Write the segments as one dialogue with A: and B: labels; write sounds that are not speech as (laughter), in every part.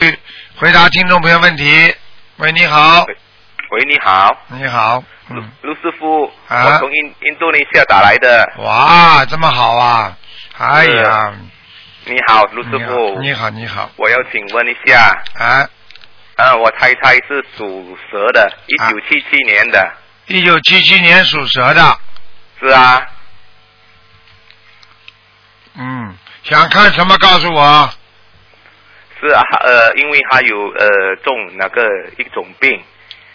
A: 嗯回答听众朋友问题。喂，你好，
B: 喂，你好，
A: 你好，嗯，
B: 卢师傅，
A: 啊
B: 我从印印度尼西亚打来的。
A: 哇，这么好啊！哎呀，
B: 你好，卢师
A: 你好，
B: 傅，
A: 你好，你好，
B: 我要请问一下，
A: 啊，
B: 啊，我猜猜是属蛇的，一
A: 啊
B: 九七七年的，
A: 一九七七年属蛇的，
B: 是啊，
A: 嗯，想看什么告诉我？
B: 是啊，呃，因为他有呃中那个一种病，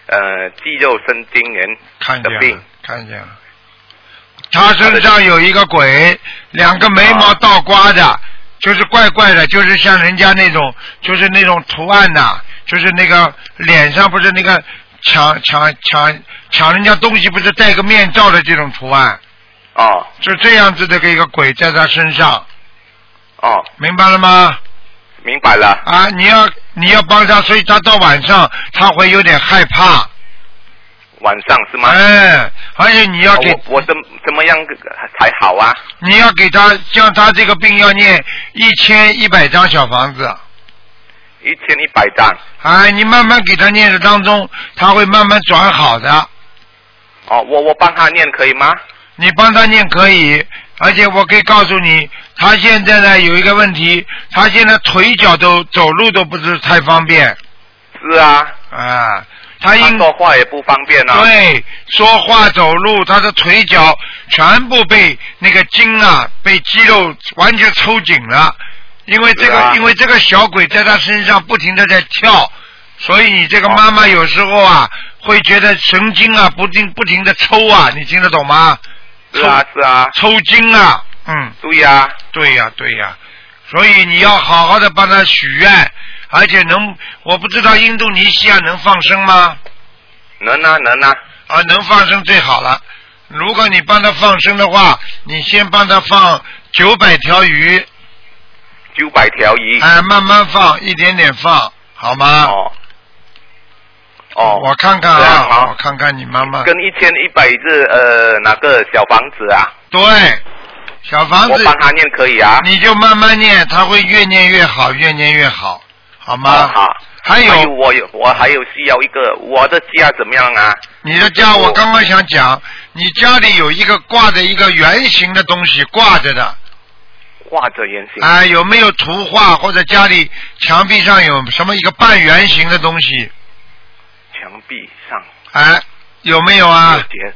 B: 呃，肌肉神经炎
A: 看
B: 的
A: 见了
B: 病，，
A: 看见了。他身上有一个鬼，两个眉毛倒刮的，就是怪怪的，就是像人家那种，就是那种图案呐、就是那个脸上不是那个抢抢抢抢人家东西，不是戴个面罩的这种图案，
B: 哦
A: 就这样子的一个鬼在他身上，
B: 哦，
A: 明白了吗？
B: 明白了，
A: 啊，你要你要帮他，所以他到晚上他会有点害怕，
B: 晚上是吗？
A: 哎，而且你要给
B: 哦我我怎怎么样才好啊？
A: 你要给他像他这个病要念一千一百张小房子，
B: 一千一百张，
A: 哎，你慢慢给他念的当中，他会慢慢转好的。
B: 哦，我我帮他念可以吗？
A: 你帮他念可以，而且我可以告诉你，他现在呢有一个问题，他现在腿脚都走路都不是太方便
B: 是啊，
A: 啊。他
B: 他
A: 应
B: 说话也不方便啊。
A: 对说话走路，他的腿脚全部被那个筋啊，被肌肉完全抽紧了，因为这
B: 是
A: 个，
B: 啊
A: 因为这个小鬼在他身上不停的在跳，所以你这个妈妈有时候啊，会觉得神经啊不停不停的抽啊，你听得懂吗？
B: 是啊是啊，
A: 抽筋啊，嗯，
B: 对呀、
A: 对呀、对呀、所以你要好好的帮他许愿，而且能，我不知道印度尼西亚能放生吗？
B: 能啊能啊，
A: 啊，能放生最好了。如果你帮他放生的话，你先帮他放九百条鱼，
B: 九百条鱼。
A: 哎、慢慢放，一点点放，好吗？
B: 嗯哦哦，
A: 我看看
B: 这
A: 啊
B: 样，好
A: 我看看你妈妈。
B: 跟一千一百是呃哪个小房子啊？
A: 对，小房
B: 我
A: 子，
B: 帮他念可以啊。
A: 你就慢慢念，他会越念越好，越念越好，好
B: 哦
A: 吗？
B: 好。哎
A: 还有
B: 我有我还有需要一个我的家怎么样啊？
A: 你的家，我刚刚想讲，你家里有一个挂着一个圆形的东西挂着的，
B: 画着圆形。
A: 啊、有没有图画或者家里墙壁上有什么一个半圆形的东西？
B: 墙壁上
A: 哎，有没有
B: 没有
A: 啊？
B: 截，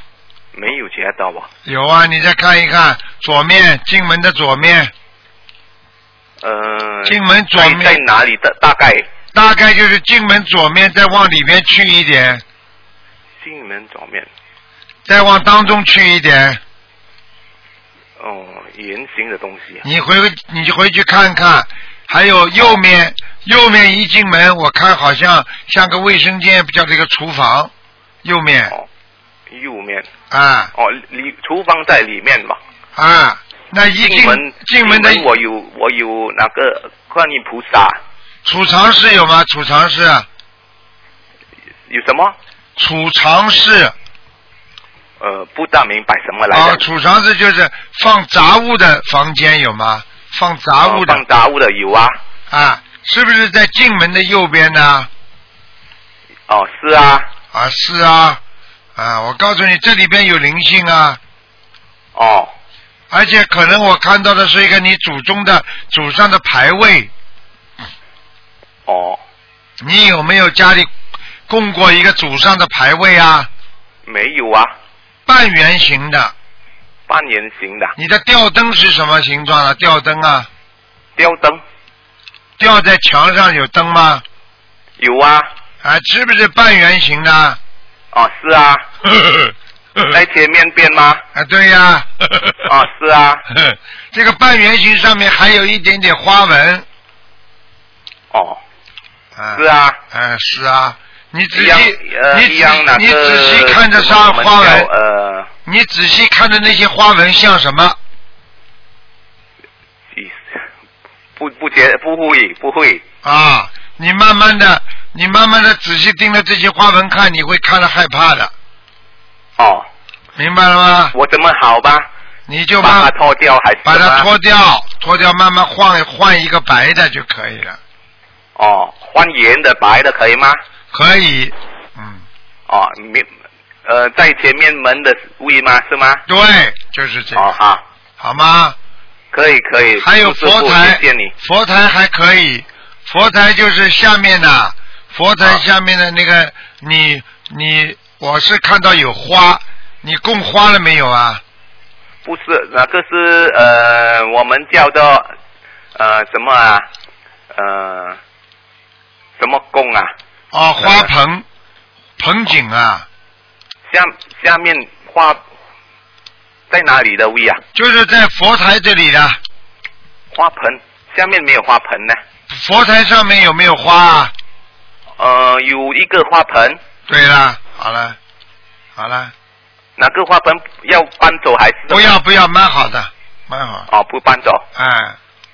B: 没有截到吧？
A: 有啊，你再看一看左面进门的左面，
B: 呃，
A: 进门左
B: 在在
A: 面
B: 哪里的？大概
A: 大概就是进门左面，再往里面去一点，
B: 进门左面。
A: 再往当中去一点，
B: 哦，圆形的东西啊。
A: 你回你回去看看。还有右面，右面一进门，我看好像像个卫生间，不叫这个厨房，右面
B: 哦，右面
A: 啊
B: 哦，里厨房在里面吧。
A: 啊，那一进
B: 门
A: 进门的
B: 我有我有那个观音菩萨，
A: 储藏室有吗？储藏室，啊
B: 有什么？
A: 储藏室
B: 呃，不大明白什么来
A: 啊，
B: 着。
A: 储藏室就是放杂物的房间有吗？放杂物的
B: 哦放杂物的有啊。
A: 啊，是不是在进门的右边呢？
B: 哦，是啊。
A: 啊，是啊，啊，我告诉你，这里边有灵性啊，
B: 哦
A: 而且可能我看到的是一个你祖宗的祖上的牌位，
B: 哦，
A: 你有没有家里供过一个祖上的牌位啊？
B: 没有啊，
A: 半圆形的，
B: 半圆形的
A: 你的吊灯是什么形状啊？吊灯啊，
B: 吊灯
A: 吊在墙上有灯吗？
B: 有啊。
A: 啊，是不是半圆形的？ (laughs)
B: 哦，是啊，
A: 嗯
B: 在前面边吗？
A: 啊，对呀、 (laughs)
B: 哦，是啊。
A: 这个半圆形上面还有一点点花纹。
B: 哦，
A: 啊
B: 是啊。
A: 嗯，是啊，你仔
B: 一
A: 细
B: 样，呃，
A: 你
B: 一样
A: 仔
B: 那
A: 你
B: 个
A: 仔细看着
B: 什
A: 上
B: 么
A: 花
B: 叫
A: 纹，
B: 呃，
A: 你仔细看着那些花纹像什么？
B: 几不不觉不会不会
A: 啊，你慢慢的，你慢慢的仔细盯着这些花纹看，你会看了害怕的，
B: 哦，
A: 明白了吗？
B: 我怎么好吧？
A: 你就
B: 把它
A: 慢
B: 脱掉还是
A: 把
B: 什
A: 它
B: 么
A: 脱掉，脱掉，慢慢换换一个白的就可以了。
B: 哦，换圆的、白的可以吗？
A: 可以，嗯，
B: 哦，面呃在前面门的位吗？是吗？
A: 对，就是这
B: 哦
A: 样，
B: 好，
A: 好吗？
B: 可以可以。
A: 还有
B: 师傅
A: 佛台
B: 谢谢你。，
A: 佛台还可以，佛台就是下面的，佛台
B: 啊
A: 下面的那个，你你我是看到有花，你供花了没有啊？
B: 不是，那个是呃，我们叫做呃什么啊？呃，什么宫啊？
A: 哦，花盆，盆景啊，
B: 下下面画在哪里的位啊？
A: 就是在佛台这里的，
B: 花盆下面没有花盆呢？
A: 佛台上面有没有花啊？
B: 呃，有一个花盆，
A: 对啦，好了，好了，
B: 哪个花盆要搬走还是
A: 不要不要，蛮好的，蛮好。
B: 哦，不搬走。
A: 哎，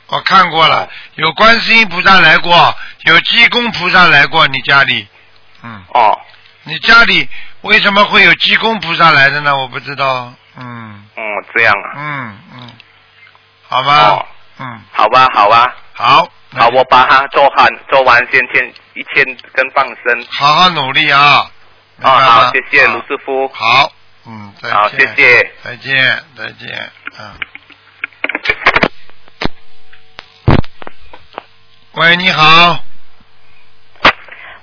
A: 我看过了
B: 哦，
A: 有观世音菩萨来过，有济公菩萨来过你家里。嗯，
B: 哦，
A: 你家里为什么会有济公菩萨来的呢？我不知道。嗯
B: 嗯，这样啊。
A: 嗯嗯，好吧。
B: 哦
A: 嗯，
B: 好吧，好啊，
A: 好，那
B: 好，我把它做完，做完先先一千根放生。
A: 好好努力啊。
B: 哦，
A: 明白吗
B: 好，谢谢卢师傅。
A: 好，嗯，再见。
B: 好，谢谢。
A: 再见，再见，嗯。喂，你好，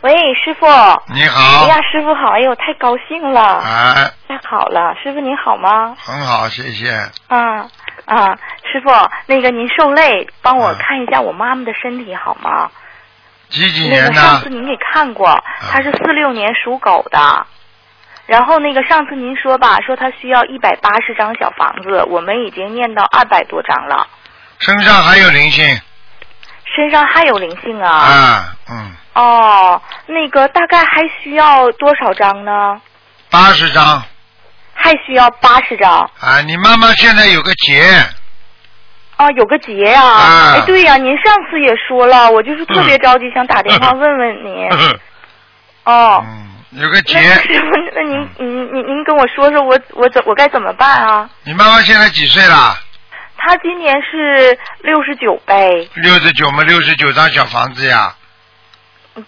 C: 喂，师傅。
A: 你
C: 哎
A: 好，
C: 呀，师傅好！哎呦，太高兴了，
A: 哎，
C: 太好了！师傅您好吗？
A: 很好，谢谢。
C: 啊啊，师傅，那个您受累，帮我
A: 嗯
C: 看一下我妈妈的身体好吗？
A: 几几
C: 那
A: 年
C: 个上
A: 呢啊
C: 次？您给看过，她是四六年属狗的。然后那个上次您说吧，说她需要一百八十张小房子，我们已经念到二百多张了，
A: 身上还有灵性
C: 身上还有灵性啊。
A: 啊，嗯，
C: 哦，那个大概还需要多少张呢？
A: 八十张
C: 还需要八十张。
A: 啊。你妈妈现在有个结，
C: 啊，有个结呀、
A: 啊嗯
C: 哎，对呀、您上次也说了，我就是特别着急，想打电话问问您。
A: (laughs)
C: 哦，
A: 嗯，有个
C: 那
A: 嗯结。嗯
C: 师傅，那您您您您跟我说说我，我怎我该怎么办啊？
A: 你妈妈现在几岁了？
C: 他今年是六十九呗，
A: 六十九嘛，六十九张小房子呀，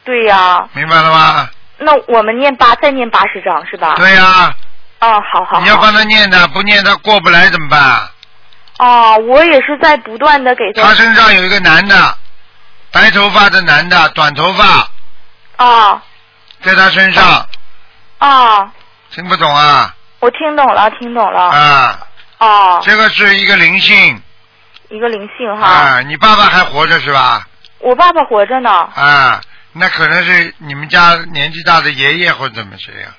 C: 对呀、
A: 明白了吗？
C: 那我们念八，再念八十章是吧？。
A: 对呀、
C: 哦，啊好好
A: 你要
C: 好。
A: 帮他念的，不念他过不来怎么办啊？
C: 哦，我也是在不断的给
A: 他
C: 他。
A: 身上有一个男的，白头发的男的，短头发，
C: 啊
A: 在他身上，
C: 啊，
A: 听不懂啊？
C: 我听懂了，听懂了。
A: 啊，
C: 哦，
A: 这个是一个灵性
C: 一个灵性哈，
A: 啊。你爸爸还活着是吧？
C: 我爸爸活着呢。
A: 啊，那可能是你们家年纪大的爷爷或者怎么谁呀、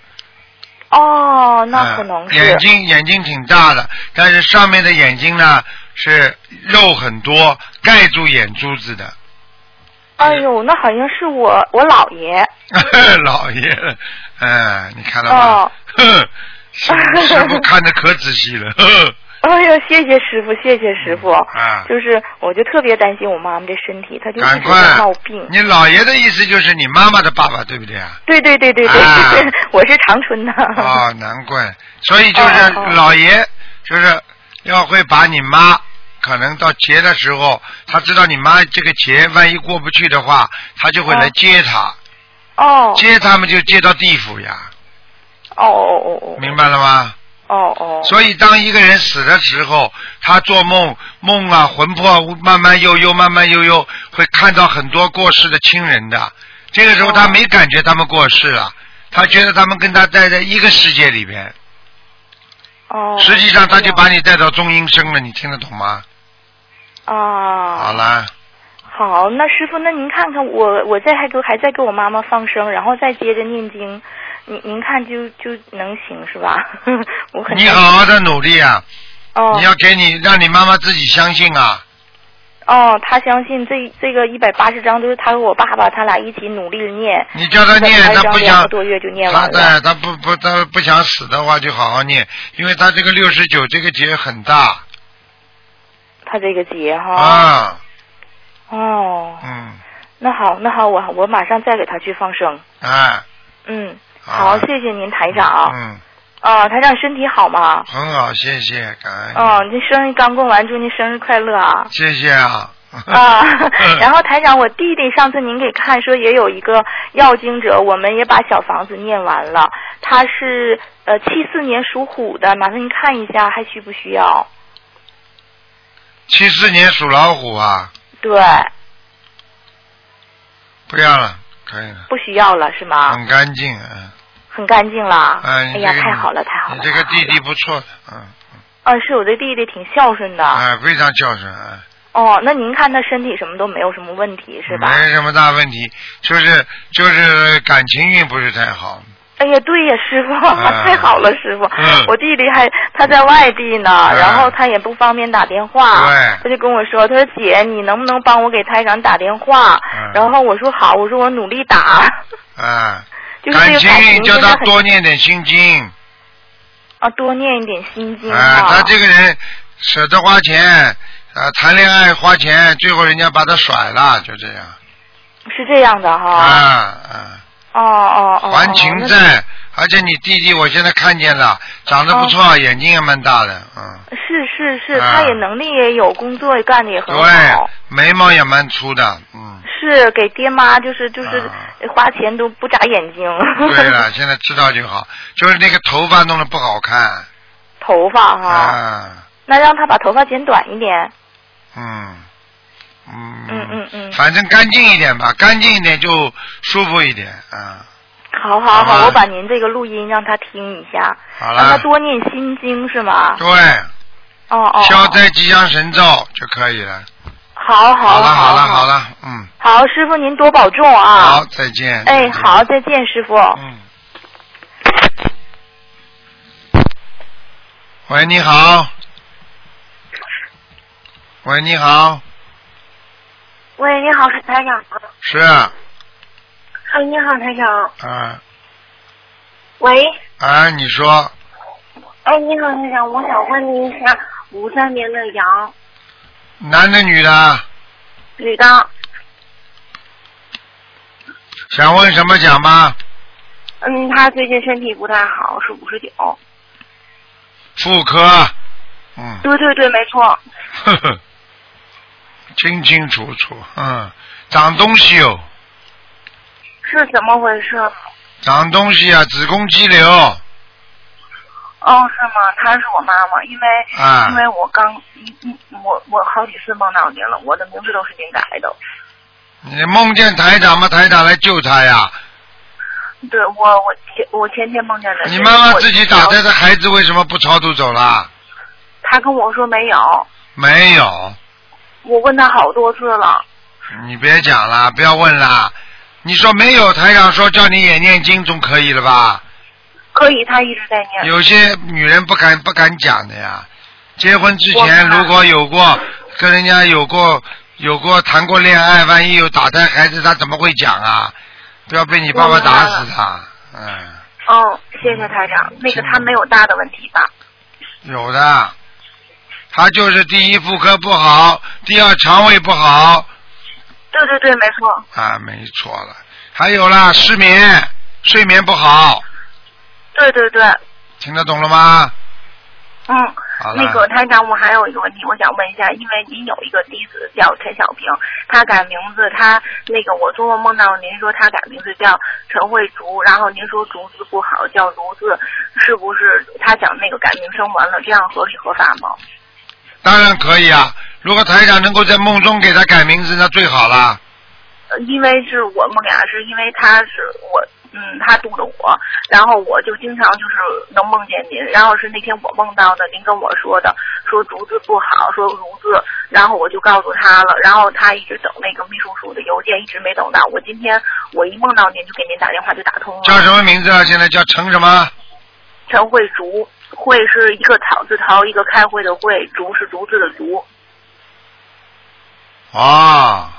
C: 哦，那
A: 啊
C: 可能是。
A: 眼睛眼睛挺大的，但是上面的眼睛呢是肉很多，盖住眼珠子的。 (laughs)
C: 哎呦，那好像是我我姥爷。
A: 老爷，嗯，你看到吗
C: 哦？
A: 哼，师傅师傅看的可仔细了。呵
C: (laughs) 哎呦，谢谢师傅，谢谢师傅。
A: 啊，
C: 就是我就特别担心我妈妈这身体，她就
A: 赶
C: 一直
A: 快
C: 在闹病！。
A: 你姥爷的意思就是你妈妈的爸爸，对不对啊？
C: 对对对对对，
A: 啊
C: (laughs) 我是长春的。
A: 哦，难怪。所以就是
C: 哦哦
A: 姥爷，就是要会把你妈，可能到劫的时候，他知道你妈这个劫，万一过不去的话，他就会来
C: 哦
A: 接他，
C: 哦
A: 接他们就接到地府呀，
C: 哦哦哦
A: 明白了吗？
C: 哦哦
A: 所以，当一个人死的时候，他做梦梦啊，魂魄慢慢悠悠，慢慢悠悠，会看到很多过世的亲人的。这个时候，
C: 哦
A: 他没感觉他们过世了，他觉得他们跟他待在一个世界里边。
C: 哦。
A: 实际上，他就把你带到中阴身了，你听得懂吗？
C: 啊。
A: 好。啦，
C: 好，那师傅，那您看看我，我在还给还在给我妈妈放生，然后再接着念经，您您看就就能行是吧？ (laughs) 我很
A: 你好好的努力啊！
C: 哦
A: 你要给你让你妈妈自己相信啊！
C: 哦，他相信这这个一百八十章都是他和我爸爸他俩一起努力地念。
A: 你叫他念，
C: 180
A: 他不
C: 章两
A: 想
C: 个多月就念
A: 他
C: 完了。
A: 对他不不他不想死的话，就好好念，因为他这个六十九这个劫很大
C: 他这个节哈。
A: 啊，
C: 哦，
A: 嗯，
C: 那好，那好，我我马上再给他去放生。
A: 哎，
C: 嗯，
A: 好
C: 好，谢谢您台长。
A: 啊嗯，
C: 啊，台长身体好吗？
A: 很好，谢谢，感恩，
C: 哦嗯，您生日刚过完，祝您生日快乐啊！
A: 谢谢啊，
C: 啊，
A: 嗯
C: 然后台长，我弟弟上次您给看说也有一个要经者，我们也把小房子念完了，他是呃七四年属虎的，麻烦您看一下还需不需要？
A: (laughs) 七四年属老虎啊，
C: 对，
A: 不要了，可以了，
C: 不需要了是吗？
A: 很干净，嗯，
C: 很干净啦。
A: 嗯，
C: 哎呀，
A: 你这个
C: 太好了，太好了。
A: 你这个
C: 太好
A: 弟弟
C: 了，
A: 不错的，嗯，
C: 嗯，是我的弟弟挺孝顺的。
A: 哎，非常孝顺，嗯。
C: 哦，那您看他身体什么都没有什么问题是吧？
A: 没什么大问题，就是就是感情运不是太好。
C: 哎呀，对呀，师傅，
A: 啊
C: (laughs) 太好了，师傅。
A: 嗯
C: 我弟弟还他在外地呢，
A: 啊
C: 然后他也不方便打电话，
A: 对
C: 他就跟我说，他说姐，你能不能帮我给台长打电话？
A: 嗯
C: 然后我说好，我说我努力打， (laughs)
A: 啊，
C: 就是这个
A: 情运叫
C: 真的
A: 他
C: 很
A: 多念点心经。
C: 啊，多念一点心经
A: 啊，他这
C: 个
A: 个人舍得花钱，啊，谈恋爱花钱，最后人家把他甩了，就这样。
C: 是这样的
A: 啊
C: 哈，
A: 啊，
C: 哦哦哦，
A: 还情
C: 那
A: 债。而且你弟弟我现在看见了，长
C: 哦
A: 得不错，眼睛也蛮大的，嗯，
C: 是是是，
A: 啊
C: 他也能力也有，工作也干的也很好
A: 对。，眉毛也蛮粗的，嗯。
C: 是给爹妈，就是就是
A: 啊
C: 花钱都不眨眼睛。
A: 对了，现在知道就好，就是那个头发弄得不好看，
C: (laughs) 头发哈、
A: 啊。
C: 那让他把头发剪短一点。
A: 嗯，嗯
C: 嗯嗯嗯
A: 反正干净一点吧，干净一点就舒服一点啊。
C: 好好
A: 好吧
C: 好，我把您这个录音让他听一下，
A: 好啊
C: 让他
A: 了，
C: 多念心经是吗？
A: 对，
C: 哦哦。
A: 消
C: 哦
A: 灾吉祥神咒就可以了。
C: 好好
A: 了，好
C: 好
A: 了，好。了，嗯，
C: 好，师傅您多保重啊。
A: 好，再见。
C: 哎
A: 再，见
C: 好，，再见，师傅。
A: 嗯。喂，你好。喂，你好，
D: 喂，你好，是台长吗？
A: 是啊，
D: 哎，你好，台长。
A: 啊，
D: 喂，
A: 啊你说
D: 哎，你好，台长，我想问您一下，五三年的羊，
A: 男的啊女的，
D: 女的，
A: 想问什么讲吗？
D: 嗯，她最近身体不太好，是五十九。
A: 妇科，嗯。 (laughs)
D: 对对对，没错。
A: 呵呵，清清楚楚，嗯，长东西哦，
D: 是怎么回事？
A: 长东西啊，子宫肌瘤
D: 哦，是吗？她是我妈妈，因为、
A: 啊
D: 因为我刚一一我我好几次梦到您了，我的名字都是您改的。
A: 你梦见台长吗？台长啊来救他呀！
D: 对我我前我前天梦见的。
A: 你妈妈自己打胎的孩子为什么不超度走啦？
D: 她跟我说没有，
A: 没有，
D: 我问她好多次了。
A: 你别讲了，不要问啦。你说没有，台长说叫你也念经总可以了吧？
D: 可以，她一直在 (laughs) 念。
A: 有些女人不敢不敢讲的呀。结婚之
D: 我
A: 前
D: 看
A: 如果有过跟人家有过有过谈过恋爱，万一有打胎孩子，她怎么会讲啊？不要被你爸爸打死他。嗯，
D: 哦，谢谢台长。那个他没有大的问题吧？
A: 有的，他就是第一妇科不好，第二肠胃不好
D: 对对对，没错。
A: 啊，没错了。还有啦，失眠，睡眠不好，
D: 对对对，
A: 听得懂了吗？
D: 嗯
A: 好。了
D: 那个台长，我还有一个问题，我想问一下，因为您有一个弟子叫陈小平，他改名字，他那个我做梦梦到您说他改名字叫陈慧竹，然后您说竹字不好叫如字，是不是他想那个改名声纹了？这样合理合法吗？
A: 当然可以啊。如果台长能够在梦中给他改名字，那最好了。
D: 呃因为是我梦见，是因为他是我，嗯，他度的我，然后我就经常就是能梦见您，然后是那天我梦到的，您跟我说的，说竹子不好，说如字，然后我就告诉他了，然后他一直等那个秘书处的邮件，一直没等到，我今天我一梦到您就给您打电话就打通了，
A: 叫什么名字啊？现在叫陈什么？
D: 陈慧竹，慧是一个草字头，一个开会的会，竹是竹子的竹，
A: 哦，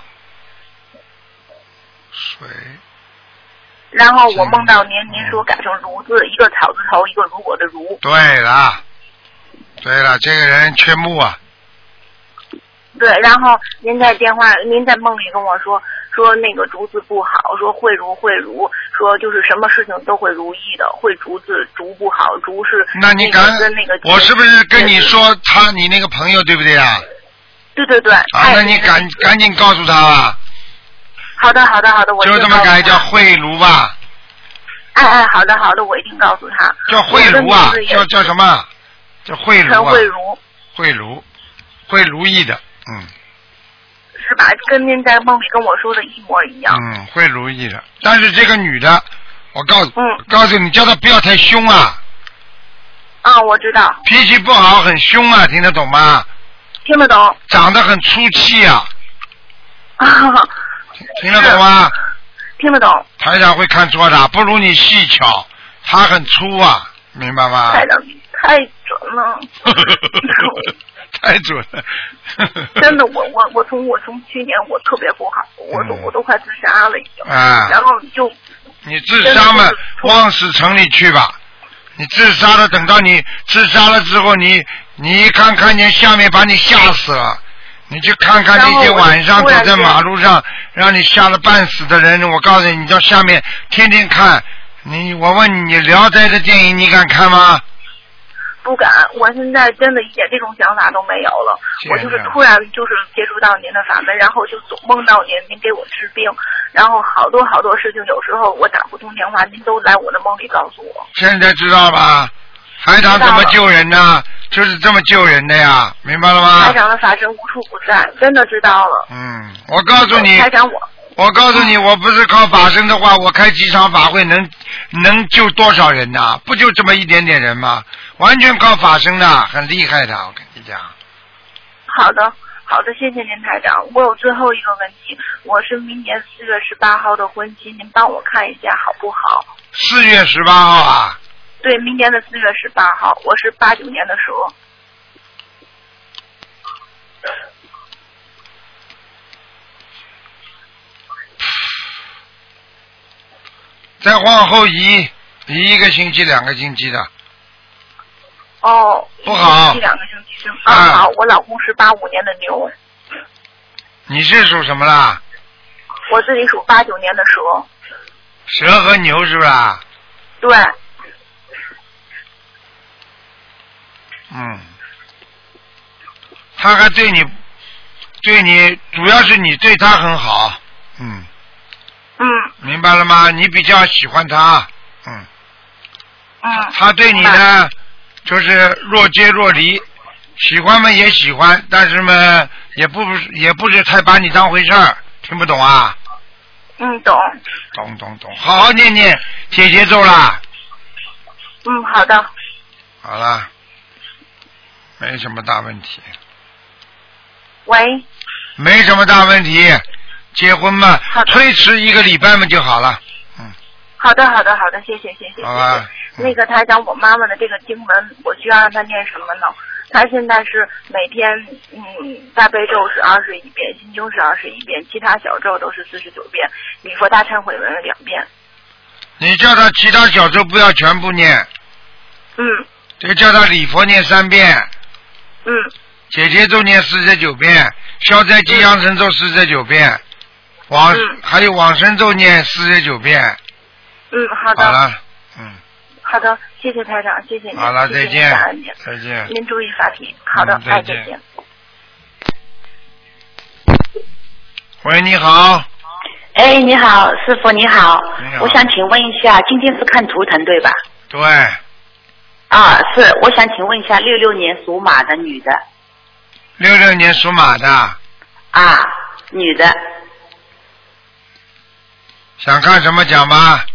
A: 水
D: 然后我梦到您，您说改成如字，一个草字头，一个如果的如，
A: 对了，对了，这个人缺木啊，
D: 对，然后您在电话，您在梦里跟我说说那个竹子不好，说慧如慧如，说就是什么事情都会如意的，会竹子竹不好，竹是
A: 那你
D: 个
A: 敢？
D: 跟那个
A: 我是不是跟你？说他你那个朋友对不对啊？
D: 对对对。
A: 啊，那
D: 哎
A: 你赶赶紧告诉他吧，
D: 好的好的好的，我
A: 就
D: 一
A: 这
D: 定
A: 么
D: 告诉
A: 改
D: 他
A: 叫贿赂吧，
D: 哎哎，好的好的，我一定告诉他。
A: 叫贿赂啊
D: 我的名字，也
A: 叫叫什么？叫贿赂
D: 陈
A: 啊
D: 慧，茹
A: 贿赂，贿赂易的，嗯
D: 是吧？跟您在梦里跟我说的一模一样。
A: 嗯，贿赂易的。但是这个女的，我告诉、
D: 嗯
A: 告诉你，叫她不要太凶啊，
D: 啊，我知道，
A: 脾气不好很凶啊，听得懂吗？
D: 听得懂。 (laughs)
A: 长得很粗气啊，
D: 啊，
A: 听得懂啊吗？
D: 听得懂，
A: 台长会看错的，不如你细巧，他很粗啊，明白吗？ (laughs)
D: 太的太准了，
A: 太准了，
D: 真的，我我我从我从去年我特别不好，我都
A: 嗯
D: 我都快自杀了已经，
A: 啊！
D: 然后就
A: 你自杀嘛，往死城里去吧。你自杀了，等到你自杀了之后，你你一看看见下面把你吓死了，你去看看那些晚上走在马路上让你吓得半死的人，我告诉你，你到下面天天看。你我问你，你《聊斋》的电影你敢看吗？
D: 不敢，我现在真的一点这种想法都没有了，我就是
A: 这样
D: 突然就是接触到您的法门，然后就总梦到您，您给我治病，然后好多好多事情，有时候我打不通电话，您都来我的梦里告诉我。
A: 现在知道吧？台长怎么救人呢？就是这么救人的呀，明白了
D: 台
A: 吗？
D: 长的法身无处不在，真的知道了。
A: 嗯，我告诉你，
D: 台长我
A: 我告诉你，我不是靠法身的话，我开几场法会能能救多少人呐、不就这么一点点人吗？完全靠法身的，很厉害的，我跟你讲。
D: 好的，好的，谢谢您，台长。我有最后一个问题，我是明年四月十八号的婚期，您帮我看一下好不好？
A: 四月十八号啊，
D: 对，明年的四月十八号，我是八九年的蛇。
A: 再往后移移一个星期、两个星期的，
D: 哦，
A: 不好
D: 一两个星期是吗？
A: 啊
D: 啊，好，我老公是八五年的牛，
A: 你是属什么啦？
D: 我自己属八九年的蛇。
A: 蛇和牛是不是啊？
D: 对，
A: 嗯，他还对你，对你，主要是你对他很好，嗯，
D: 嗯
A: 明白了吗？你比较喜欢他，嗯，
D: 嗯，
A: 他对你
D: 明
A: 呢，就是若接若离，喜欢嘛也喜欢，但是嘛也不也不是太把你当回事儿，听不懂啊？
D: 嗯，懂。
A: 懂懂懂，好好念念姐姐咒啦，
D: 嗯，好的，
A: 好啦，没什么大问题。
D: 喂，
A: 没什么大问题，结婚嘛
D: 好，的
A: 推迟一个礼拜嘛就好了，
D: 好的，好的，好的，谢谢，谢谢，谢
A: 好
D: 谢
A: 吧。？嗯
D: 那个台长，我妈妈的这个经文，我需要让她念什么呢？她现在是每天，嗯，大悲咒是二十一遍，心经是二十一遍，其他小咒都是四十九遍，礼佛大忏悔文是两遍。
A: 你叫他其他小咒不要全部念，
D: 嗯
A: 就叫他礼佛念三遍，
D: 嗯
A: 姐姐咒念四十九遍，消灾吉祥神咒四十九遍，往、
D: 嗯
A: 还有往生咒念四十九遍，
D: 嗯，好的
A: 好了，嗯，
D: 好的，谢谢台长，谢谢您，
A: 好了，
D: 谢
A: 再
D: 谢您
A: 见
D: 感恩您，，
A: 再见。
D: 您注意法体。好的，
A: 嗯再
D: 哎，
A: 见
D: 再见。
A: 喂，你好，
E: 哎，你好，师傅你好，
A: 你好
E: 我想请问一下，今天是看图腾对吧？
A: 对，
E: 啊，是，我想请问一下，六六年属马的女的
A: 六六年属马的，
E: 啊，女的，
A: 想看什么讲吧？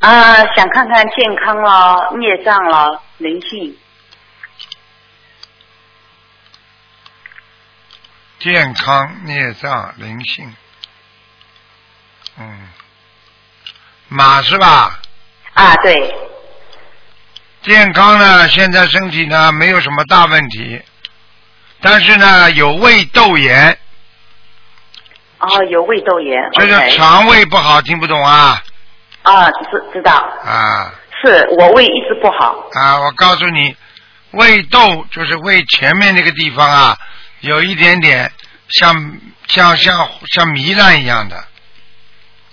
E: 啊，想看看健康了，孽障了，灵性
A: 健康、孽障、灵性。嗯，马是吧？
E: 啊，对，
A: 健康呢，现在身体呢没有什么大问题，但是呢有胃窦炎，
E: 哦，有胃窦炎
A: 就
E: ，OK，
A: 是肠胃不好，听不懂啊
E: 啊，知知道，
A: 啊
E: 是我胃一直不好，
A: 啊！我告诉你，胃窦就是胃前面那个地方啊，有一点点像像像像糜烂一样的，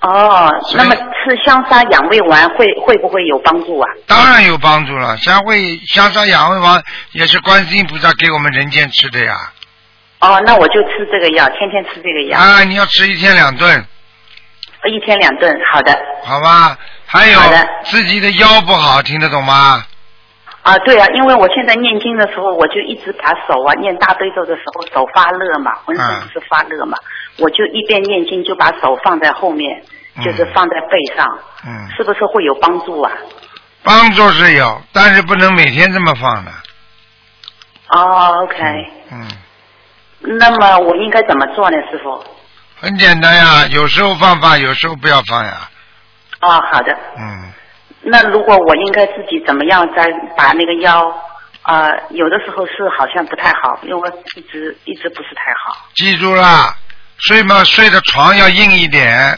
E: 哦，
A: 所以
E: 那么吃香砂养胃丸会会不会有帮助啊？
A: 当然有帮助了。像胃香砂养胃丸也是观世音菩萨给我们人间吃的呀。
E: 哦，那我就吃这个药，天天吃这个药，
A: 啊，你要吃一天两顿，
E: 一天两顿。好的。
A: 好吧？还有
E: 好的
A: 自己的腰不好，听得懂吗？
E: 啊，对啊，因为我现在念经的时候，我就一直把手啊念大悲咒的时候手发热嘛，浑身
A: 嗯
E: 不是发热嘛，我就一边念经就把手放在后面，就是
A: 嗯
E: 放在背上，
A: 嗯，
E: 是不是会有帮助啊？
A: 帮助是有，但是不能每天这么放的。
E: 哦，OK，
A: 嗯，
E: 那么我应该怎么做呢，师傅？
A: 很简单呀，有时候放放，有时候不要放呀。
E: 哦，好的。
A: 嗯，
E: 那如果我应该自己怎么样再把那个腰，啊，有的时候是好像不太好，因为我一直一直不是太好。
A: 记住啦，睡嘛睡的床要硬一点。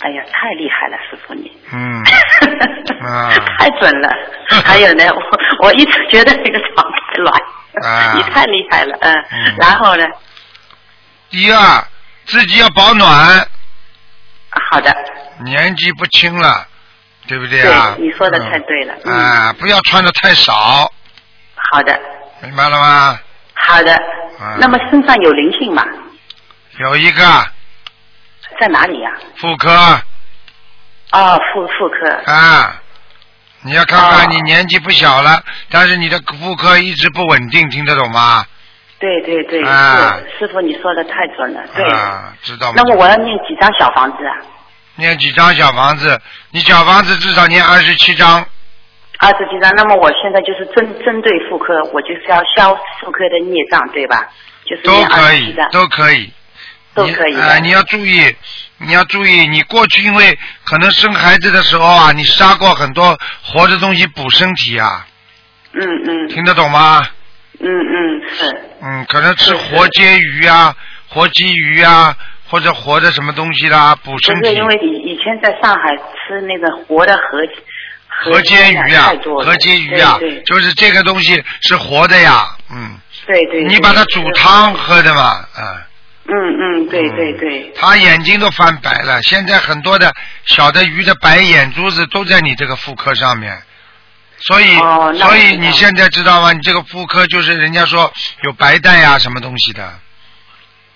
E: 哎呀，太厉害了，师傅你。
A: 嗯啊
E: 太准了。还有呢，我我一直觉得这个床太软，
A: 啊
E: (laughs) 你太厉害了，嗯。
A: 嗯
E: 然后呢，
A: 第二，自己要保暖，
E: 好的，
A: 年纪不轻了，对不对啊？
E: 对你说得太对了
A: 嗯啊，不要穿的太少，
E: 好的，
A: 明白了吗？
E: 好的。
A: 嗯
E: 那么身上有灵性吗？
A: 有一个
E: 在哪里呀、
A: 妇科
E: 哦，妇妇科。
A: 啊，你要看看
E: 哦
A: 你年纪不小了，但是你的妇科一直不稳定，听得懂吗？
E: 对对对，
A: 啊
E: 是师傅你说的太准了，对。
A: 啊，知道吗？
E: 那么我要念几张小房子啊？
A: 念几张小房子？你小房子至少念二十七
E: 嗯
A: 张，
E: 二十几张。那么我现在就是针针对妇科，我就是要消妇科的孽障，对吧？就是
A: 都
E: 念
A: 可
E: 27
A: 以
E: 张，
A: 都可以。
E: 都
A: 你
E: 可以的
A: 啊、你要注意，你要注意，你过去因为可能生孩子的时候啊，你杀过很多活的东西补身体啊，
E: 嗯嗯
A: 听得懂吗？
E: 嗯嗯是。
A: 嗯，可能吃
E: 是是
A: 活鲫鱼啊、活鲫鱼啊，或者活的什么东西啦，补身
E: 不是
A: 体
E: 因。为以以前在上海吃那个活的河
A: 河鲫鱼啊
E: 太，多了
A: 河鲫鱼啊
E: 对，对
A: 就是这个东西是活的呀，嗯，
E: 对对，
A: 你把它煮汤喝的嘛，嗯。
E: 嗯嗯，对对
A: 嗯
E: 对，
A: 他眼睛都翻白了，现在很多的小的鱼的白眼珠子都在你这个妇科上面，所以、
E: 哦那我
A: 所以
E: 知道
A: 你现在知道吗？你这个妇科就是人家说有白带呀、什么东西的，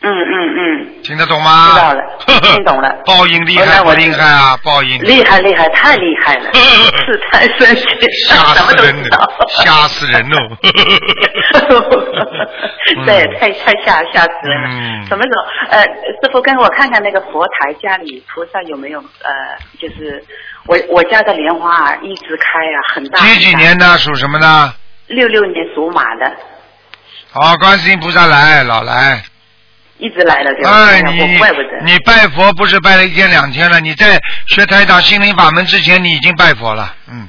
E: 嗯嗯嗯，
A: 听得懂吗？
E: 知道了
A: (laughs)
E: 听懂了哦
A: 报应厉害
E: 那
A: 不
E: 我
A: 厉害啊？报应
E: 厉害厉害，太厉害了，是太神奇，
A: 嗯吓
E: 什么
A: 死
E: 都
A: 人
E: 知
A: 了
E: 道，，！
A: 吓死人喽嗯
E: 对，太太吓吓死人
A: 嗯
E: 了。什么时候？呃，师傅跟我看看那个佛台家里菩萨有没有？呃，就是我我家的莲花啊，一直开啊，很大。
A: 几几
E: 很大
A: 年的属什么的？
E: 六六年属马的，
A: 好，观世音菩萨来，老来。
E: 一直来了对吧？
A: 哎，
E: 呀
A: 你
E: 我怪不得。
A: 你拜佛不是拜了一天两天了？你在学台长心灵法门之前，你已经拜佛了，嗯，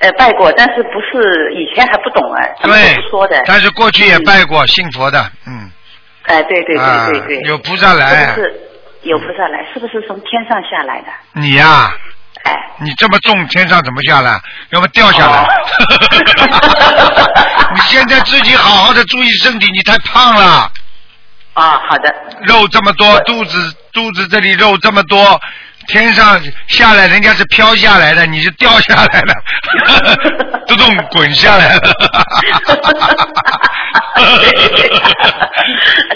E: 呃，拜过，但是不是以前还不懂哎、他们
A: 对
E: 都不说的。嗯
A: 但是过去也拜过，信佛的，嗯，
E: 哎，对对
A: 啊
E: 对对对。
A: 有菩萨来
E: 是不是有菩萨来？是不是从天上下来的？
A: 你呀、
E: 哎，
A: 你这么重，天上怎么下来？要么掉下来。
E: 哦
A: (laughs) 你现在自己好好的注意身体，你太胖了，
E: 啊、
A: (laughs)
E: 好的，
A: 肉这么多，肚子肚子这里肉这么多，天上下来人家是飘下来的，你是掉下来了，自动滚下来
E: (laughs)
A: 了。 (laughs)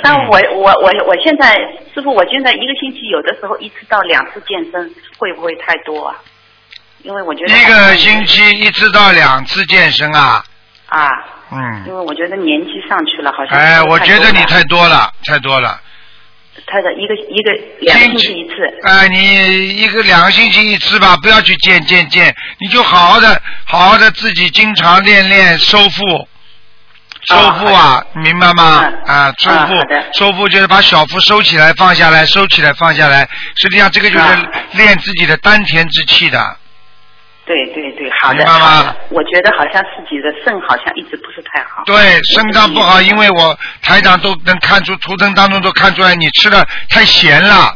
E: 但我我我我现在师傅，我现在一个星期有的时候一次到两次健身，会不会太多啊？因为我觉得
A: 一个星期一次到两次健身啊，
E: 啊，因
A: 嗯，
E: 为我觉得年纪上去了，好像
A: 哎，我觉得你太
E: 太多
A: 多了，太多了。
E: 了太的一个一个两个星期一次，
A: 啊、你一个两个星期一次吧，不要去健健健，你就好好的好好的自己经常练练收腹。收腹啊，明白吗？
E: 哦嗯
A: 啊，收
E: 嗯
A: 腹
E: 好的，
A: 收腹就是把小腹收起来，放下来，收起来，放下来。实际上，这个就是
E: 嗯
A: 练自己的丹田之气的。
E: 对对对，好
A: 明
E: 的。
A: 白吗
E: 好的我觉得好像自己的肾好像一直不是太好。
A: 对，肾脏不好，因为我台长都能看出，图腾当中都看出来你吃的太咸了。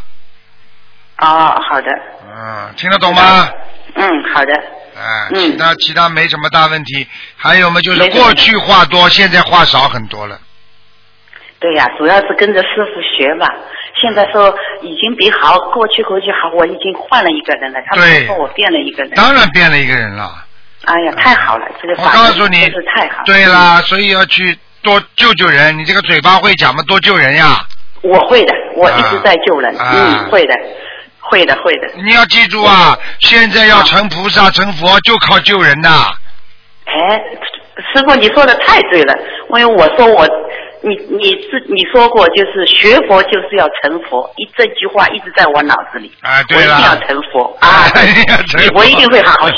E: 哦，好的。
A: 嗯，听得懂吗？
E: 嗯，好的。
A: 哎，
E: 嗯
A: 其他其他没什么大问题，还有嘛就是
E: 没什么
A: 过去话多，现在话少很多了。
E: 对呀、主要是跟着师傅学嘛。现在说已经比好，过去过去好，我已经换了一个人了。他
A: 对
E: 们说我变了一个人。
A: 当然变了一个人了。
E: 哎呀，太好了，这个
A: 嗯我
E: 法
A: 告
E: 门
A: 诉你
E: 真是太好。，
A: 对啦，所以要去多救救人，你这个嘴巴会讲吗？多救人呀！
E: 嗯我会的，我一直
A: 啊
E: 在救人，
A: 啊
E: 嗯，会的，会的，会的。
A: 你要记住啊，
E: 嗯
A: 现在要成菩萨成佛就靠救人呐、
E: 哎，师傅，你说的太对了，因为我说我，你你自你说过，就是学佛就是要成佛，一这句话一直在我脑子里。
A: 啊对
E: 我一定
A: 了！
E: 要成佛啊
A: (laughs) 你要成佛
E: 我一定会好好修。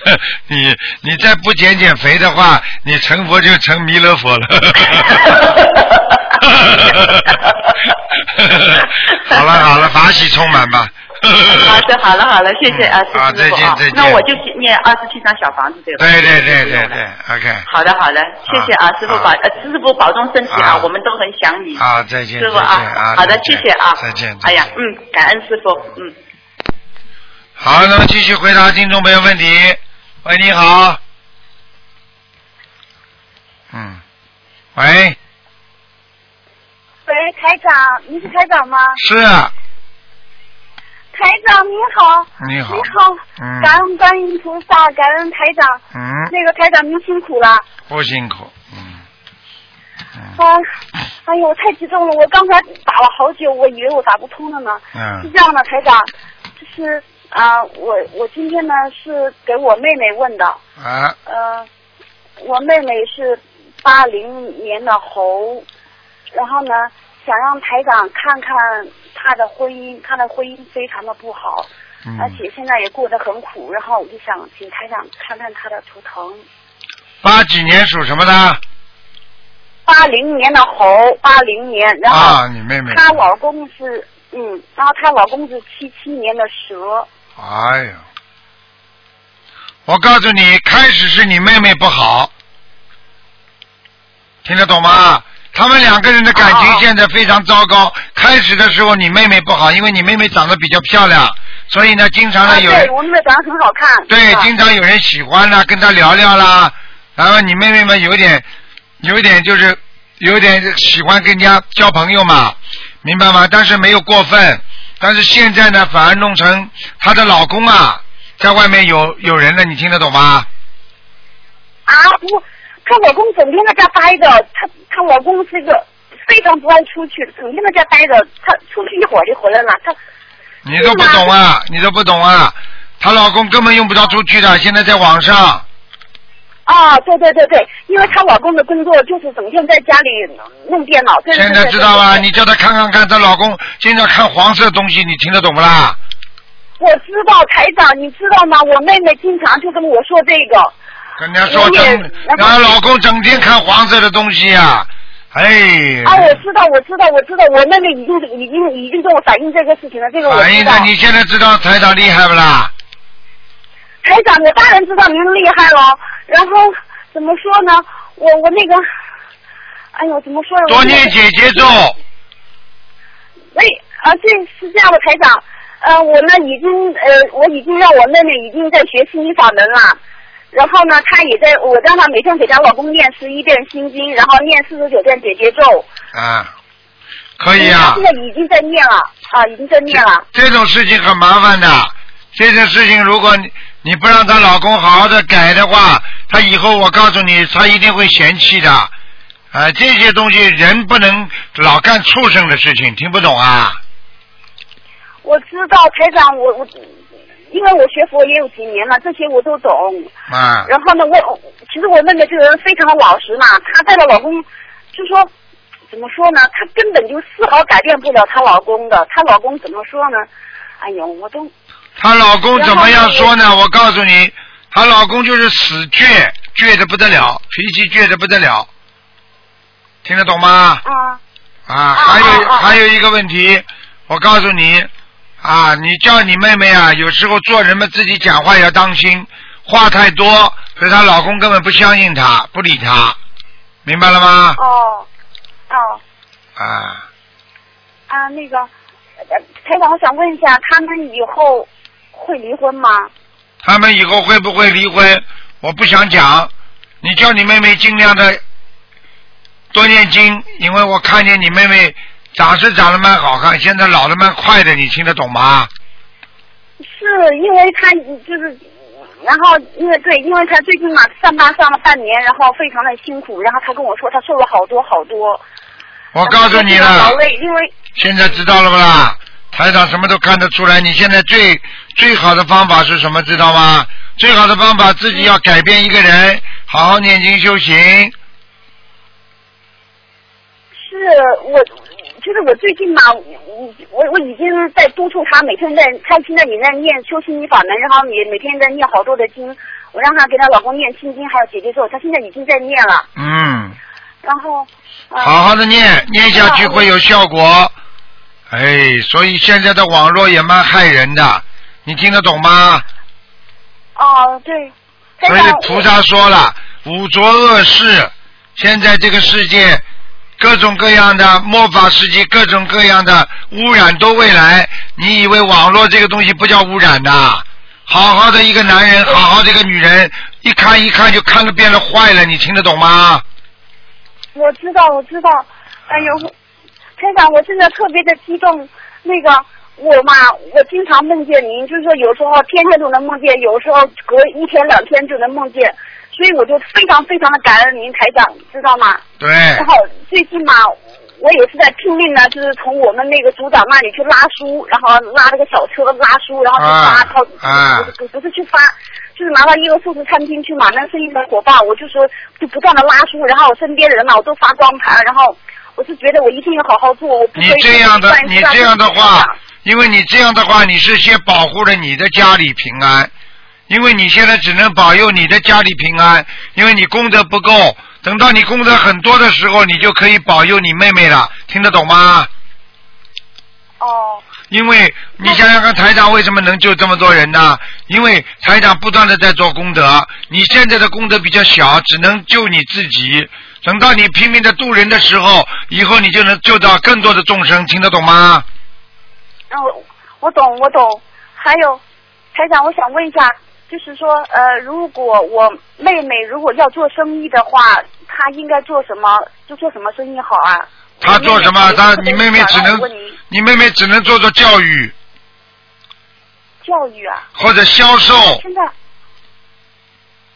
A: (laughs) 你你再不减减肥的话，你成佛就成弥勒佛了。 (laughs) 好了好了，法喜充满吧。
E: 好的，好了，好了，谢谢啊，
A: 嗯
E: 师傅
A: 啊再见
E: 啊
A: 再见
E: 那我就念二十七张小房子，对吧？
A: 对对对对对。，OK。
E: 好的，好的，谢谢啊，师傅保，
A: 啊
E: 呃，师傅保重身体
A: 啊
E: 啊，我们都很想你。
A: 啊，再见，
E: 师傅
A: 再见
E: 啊，好的
A: 再，
E: 谢
A: 见
E: 谢啊，
A: 再见。
E: 哎呀
A: 再，见
E: 嗯，感恩师傅，嗯。
A: 好，那么继续回答听众朋友问题。喂，你好。嗯，喂，
F: 喂，台长，您是台长吗？
A: 是，啊
F: 台长您好，
A: 你好，
F: 你好，
A: 嗯
F: 感恩观音菩萨，感恩台长，
A: 嗯，
F: 那个台长您辛苦了，
A: 不辛苦，嗯，嗯
F: 啊，哎呦，我太激动了，我刚才打了好久，我以为我打不通了呢。是
A: 嗯
F: 这样的，台长，就是啊、我我今天呢是给我妹妹问的，
A: 啊，
F: 呃，我妹妹是八零年的猴，然后呢，想让台长看看她的婚姻，她的婚姻非常的不好，
A: 嗯
F: 而，且现在也过得很苦，然后我就想请台长看看她的图腾。
A: 八几年属什么的？
F: 八零年的猴，八零年，然后
A: 啊，你妹妹。
F: 她老公是、嗯，然后她老公是七七年的蛇，
A: 哎呀，我告诉你，开始是你妹妹不好，听得懂吗？他们两个人的感情
F: 哦
A: 现在非常糟
F: 啊
A: 糕。开始的时候你妹妹不好，因为你妹妹长得比较漂亮，所以呢，经常
F: 啊，
A: 呢有人
F: 对我妹妹长得很好看，
A: 对
F: 是吧
A: 经常有人喜欢啦，跟她聊聊啦。然后你妹妹嘛，有点，有点就是，有点喜欢跟人家交朋友嘛，明白吗？但是没有过分。但是现在呢，反而弄成她的老公啊，在外面有有人了，你听得懂吗？
F: 啊，不，她老公整天在家待着，她她老公是一个非常不爱出去，整天在家待着，她出去一会儿就回来了，她
A: 你都不懂啊，你都不懂啊。她老公根本用不着出去的，现在在网上。
F: 啊，对对对对，因为她老公的工作就是整天在家里弄电脑，对对对
A: 现在知道吧？你叫她看看看，她老公经常看黄色东西，你听得懂不啦？
F: 我知道台长，你知道吗？我妹妹经常就跟我说这个，
A: 跟人家说
F: 我也
A: 整，然后老公整天看黄色的东西啊，哎，
F: 啊，我知道，我知道，我知道，我妹妹已经已经已经跟我反映这个事情了，这个我
A: 反
F: 知
A: 映的
F: 道。
A: 你现在知道台长厉害不啦？
F: 台长，我当然知道您厉害了，然后怎么说呢？我我那个，哎呦，怎么说呢？
A: 多
F: 我那
A: 念
F: 个
A: 姐姐咒，
F: 哎，啊，这是这样的，台长，呃，我呢已经呃，我已经让我妹妹已经在学心理法门了，然后呢，她也在我让她每天给她老公念十一遍心经，然后念四十九遍解结咒，
A: 啊，可以
F: 她
A: 啊
F: 嗯现，在已经在念了啊，已经在念了。
A: 这种事情很麻烦的，这种事情如果你你不让她老公好好的改的话，她以后我告诉你，她一定会嫌弃的。啊，这些东西人不能老干畜生的事情，听不懂啊？
F: 我知道台长，我我因为我学佛也有几年了，这些我都懂。
A: 啊，
F: 然后呢，我其实我妹妹这个人非常的老实嘛，她带着老公，就说怎么说呢，她根本就丝毫改变不了她老公的，她老公怎么说呢？哎呦，我都
A: 她老公怎么样说呢？我告诉你，她老公就是死倔，倔的不得了，脾气倔的不得了，听得懂吗？
F: 啊
A: 啊，还有
F: 啊啊
A: 还有一个问题，我告诉你，啊，你叫你妹妹啊，有时候做人们自己讲话要当心，话太多，所以她老公根本不相信她，不理她，明白了吗？
F: 哦哦
A: 啊，
F: 啊那个，呃台长，我想问一下，他们以后会离婚吗？
A: 他们以后会不会离婚？我不想讲。你叫你妹妹尽量的多念经，因为我看见你妹妹长是长得蛮好看，现在老的蛮快的，你听得懂吗？
F: 是因为她就是然后因为对，因为他最近嘛上班上了半年，然后非常的辛苦，然后他跟我说他瘦了好多好多。
A: 我告诉你
F: 然后他非常
A: 了
F: 劳，累，因为
A: 现在知道了不啦？台长什么都看得出来。你现在最最好的方法是什么？知道吗？最好的方法自己要改变一个人，好好念经修行。
F: 是我，就是我最近嘛，我我我已经在督促他，每天在他现在也在念修心理法门，然后也每天在念好多的经。我让她给她老公念心经，还有姐姐咒，她现在已经在念了。
A: 嗯，
F: 然后，呃、
A: 好好的念，念下去会有效果。哎，所以现在的网络也蛮害人的，你听得懂吗？
F: 哦，对，
A: 所以菩萨说了，五浊恶世，现在这个世界各种各样的末法时期，各种各样的污染都未来。你以为网络这个东西不叫污染呐？好好的一个男人，好好的一个女人，一看一看就看了变了坏了，你听得懂吗？
F: 我知道，我知道。哎呦，台长，我真的特别的激动。那个我嘛，我经常梦见您，就是说有时候天天都能梦见，有时候隔一天两天就能梦见，所以我就非常非常的感恩您，台长，知道吗？
A: 对，
F: 然后最近嘛，我也是在拼命的，就是从我们那个组长那里去拉书，然后拉那个小车拉书，然后去发
A: 啊，
F: 到、
A: 啊
F: 不是不是去发，就是拿到一个素食餐厅去嘛，那生意很火爆，我就说就不断的拉书，然后我身边的人嘛，我都发光盘，然后我是觉得我一定要好好做，我不可以
A: 你这样的
F: 不，然
A: 你
F: 让
A: 这样的
F: 自己
A: 话
F: 成长，
A: 因为你这样的话，你是先保护了你的家里平安，因为你现在只能保佑你的家里平安，因为你功德不够，等到你功德很多的时候，你就可以保佑你妹妹了，听得懂吗？
F: 哦，
A: 因为你想想看，台长为什么能救这么多人呢？因为台长不断的在做功德，你现在的功德比较小，只能救你自己。等到你拼命的渡人的时候，以后你就能救到更多的众生，听得懂吗？
F: 然后我懂，我懂。还有，台长，我想问一下，就是说，呃，如果我妹妹如果要做生意的话，她应该做什么？就做什么生意好啊？
A: 他做什么？他你妹妹只
F: 我
A: 能
F: 问您
A: 你妹妹只能做做教育
F: 教育啊，
A: 或者销售，
F: 现在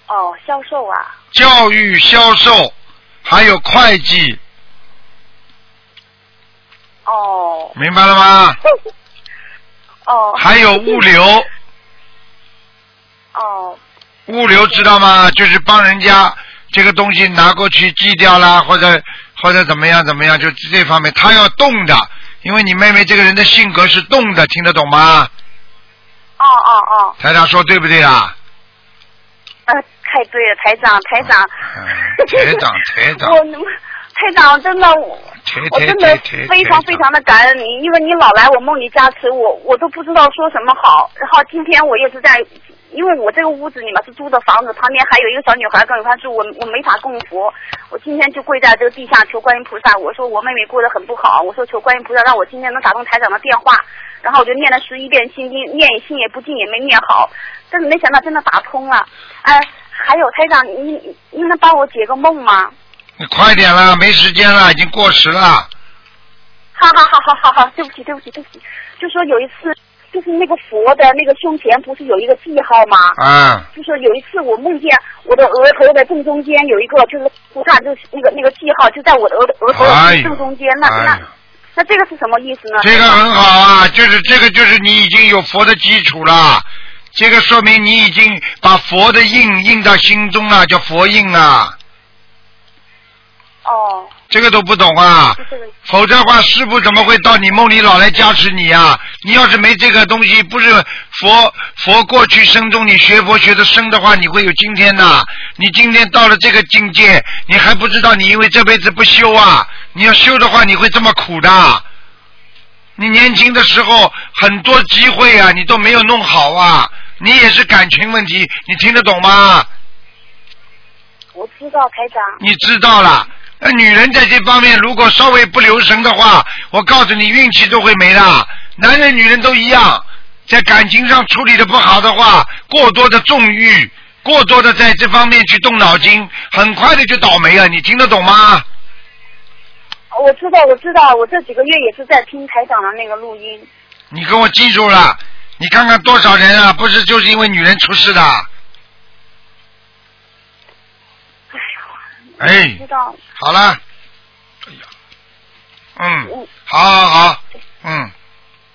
F: 哦，销售啊，
A: 教育销售，还有会计，
F: 哦
A: 明白了吗？
F: 哦
A: 还有物流，
F: 哦
A: 物流知道吗？就是帮人家这个东西拿过去寄掉啦，或者或者怎么样怎么样，就这方面他要动的，因为你妹妹这个人的性格是动的，听得懂吗？
F: 哦哦哦，
A: 台长说对不对啊？
F: 呃，太对了，台长，台长，
A: 嗯台长台长
F: (laughs) 我台长真的我
A: 提
F: 我
A: 提
F: 真的
A: 提提
F: 非常非常的感恩你，因为你老来我梦里加持我，我都不知道说什么好。然后今天我也是在，因为我这个屋子里面是租的房子，旁边还有一个小女孩跟我一块住，我我没法供佛。我今天就跪在这个地下求观音菩萨，我说我妹妹过得很不好，我说求观音菩萨让我今天能打通台长的电话。然后我就念了十一遍心经，念心也不尽，也没念好，但是没想到真的打通了。哎，还有台长，你你你能帮我解个梦吗？
A: 你快点啦，没时间了，已经过时了。
F: 好好好好好好，对不起对不起对不起，就说有一次，就是那个佛的那个胸前不是有一个记号吗？
A: 嗯，
F: 就说有一次我梦见我的额头的正中间有一个就是菩萨就是那个那个记号就在我的额额头
A: 哎呦
F: 的正中间，那
A: 哎
F: 那
A: 呦
F: 那这个是什么意思呢？
A: 这个很好啊，就是这个就是你已经有佛的基础了，这个说明你已经把佛的印印到心中了，叫佛印啊，
F: 哦，
A: 这个都不懂啊
F: 就，这个
A: 否则的话师傅怎么会到你梦里老来加持你啊？你要是没这个东西，不是佛佛过去生中你学佛学的深的话，你会有今天的、你今天到了这个境界，你还不知道你因为这辈子不修啊，你要修的话你会这么苦的。你年轻的时候很多机会啊，你都没有弄好啊，你也是感情问题，你听得懂吗？
F: 我知道台长。
A: 你知道了。那女人在这方面如果稍微不留神的话，我告诉你，运气都会没的。男人女人都一样，在感情上处理的不好的话，过多的纵欲，过多的在这方面去动脑筋，很快的就倒霉了。你听得懂吗？
F: 我知道，我知道，我这几个月也是在听台长的那个录音。
A: 你跟我记住了，你看看多少人啊，不是就是因为女人出事的，哎，
F: 知道。
A: 好了，哎呀，嗯
F: 嗯，
A: 好好好，嗯，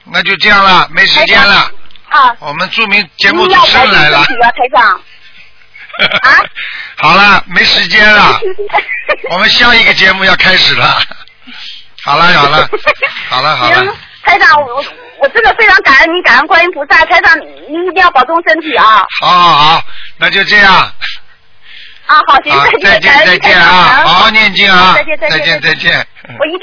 A: 那就这样了，没时间了，
F: 啊，
A: 我们著名节
F: 您
A: 目主
F: 要
A: 持
F: 保
A: 人
F: 重
A: 来了
F: 身，体啊，台长。啊
A: 好了，没时间了，我们下一个节目要开始了，好了好了，好了好
F: 行
A: 了，，
F: 台长，我我我真的非常感恩您，感恩观音菩萨。台长，您一定要保重身体啊！
A: 好好好，那就这样。
F: 啊，好，行，
A: 啊，再
F: 见，
A: 见
F: 感恩
A: 再
F: 您台
A: 见
F: 长
A: 啊，
F: 感恩
A: 好好念经啊，
F: 再见再见
A: 再见再见。嗯
F: 我一定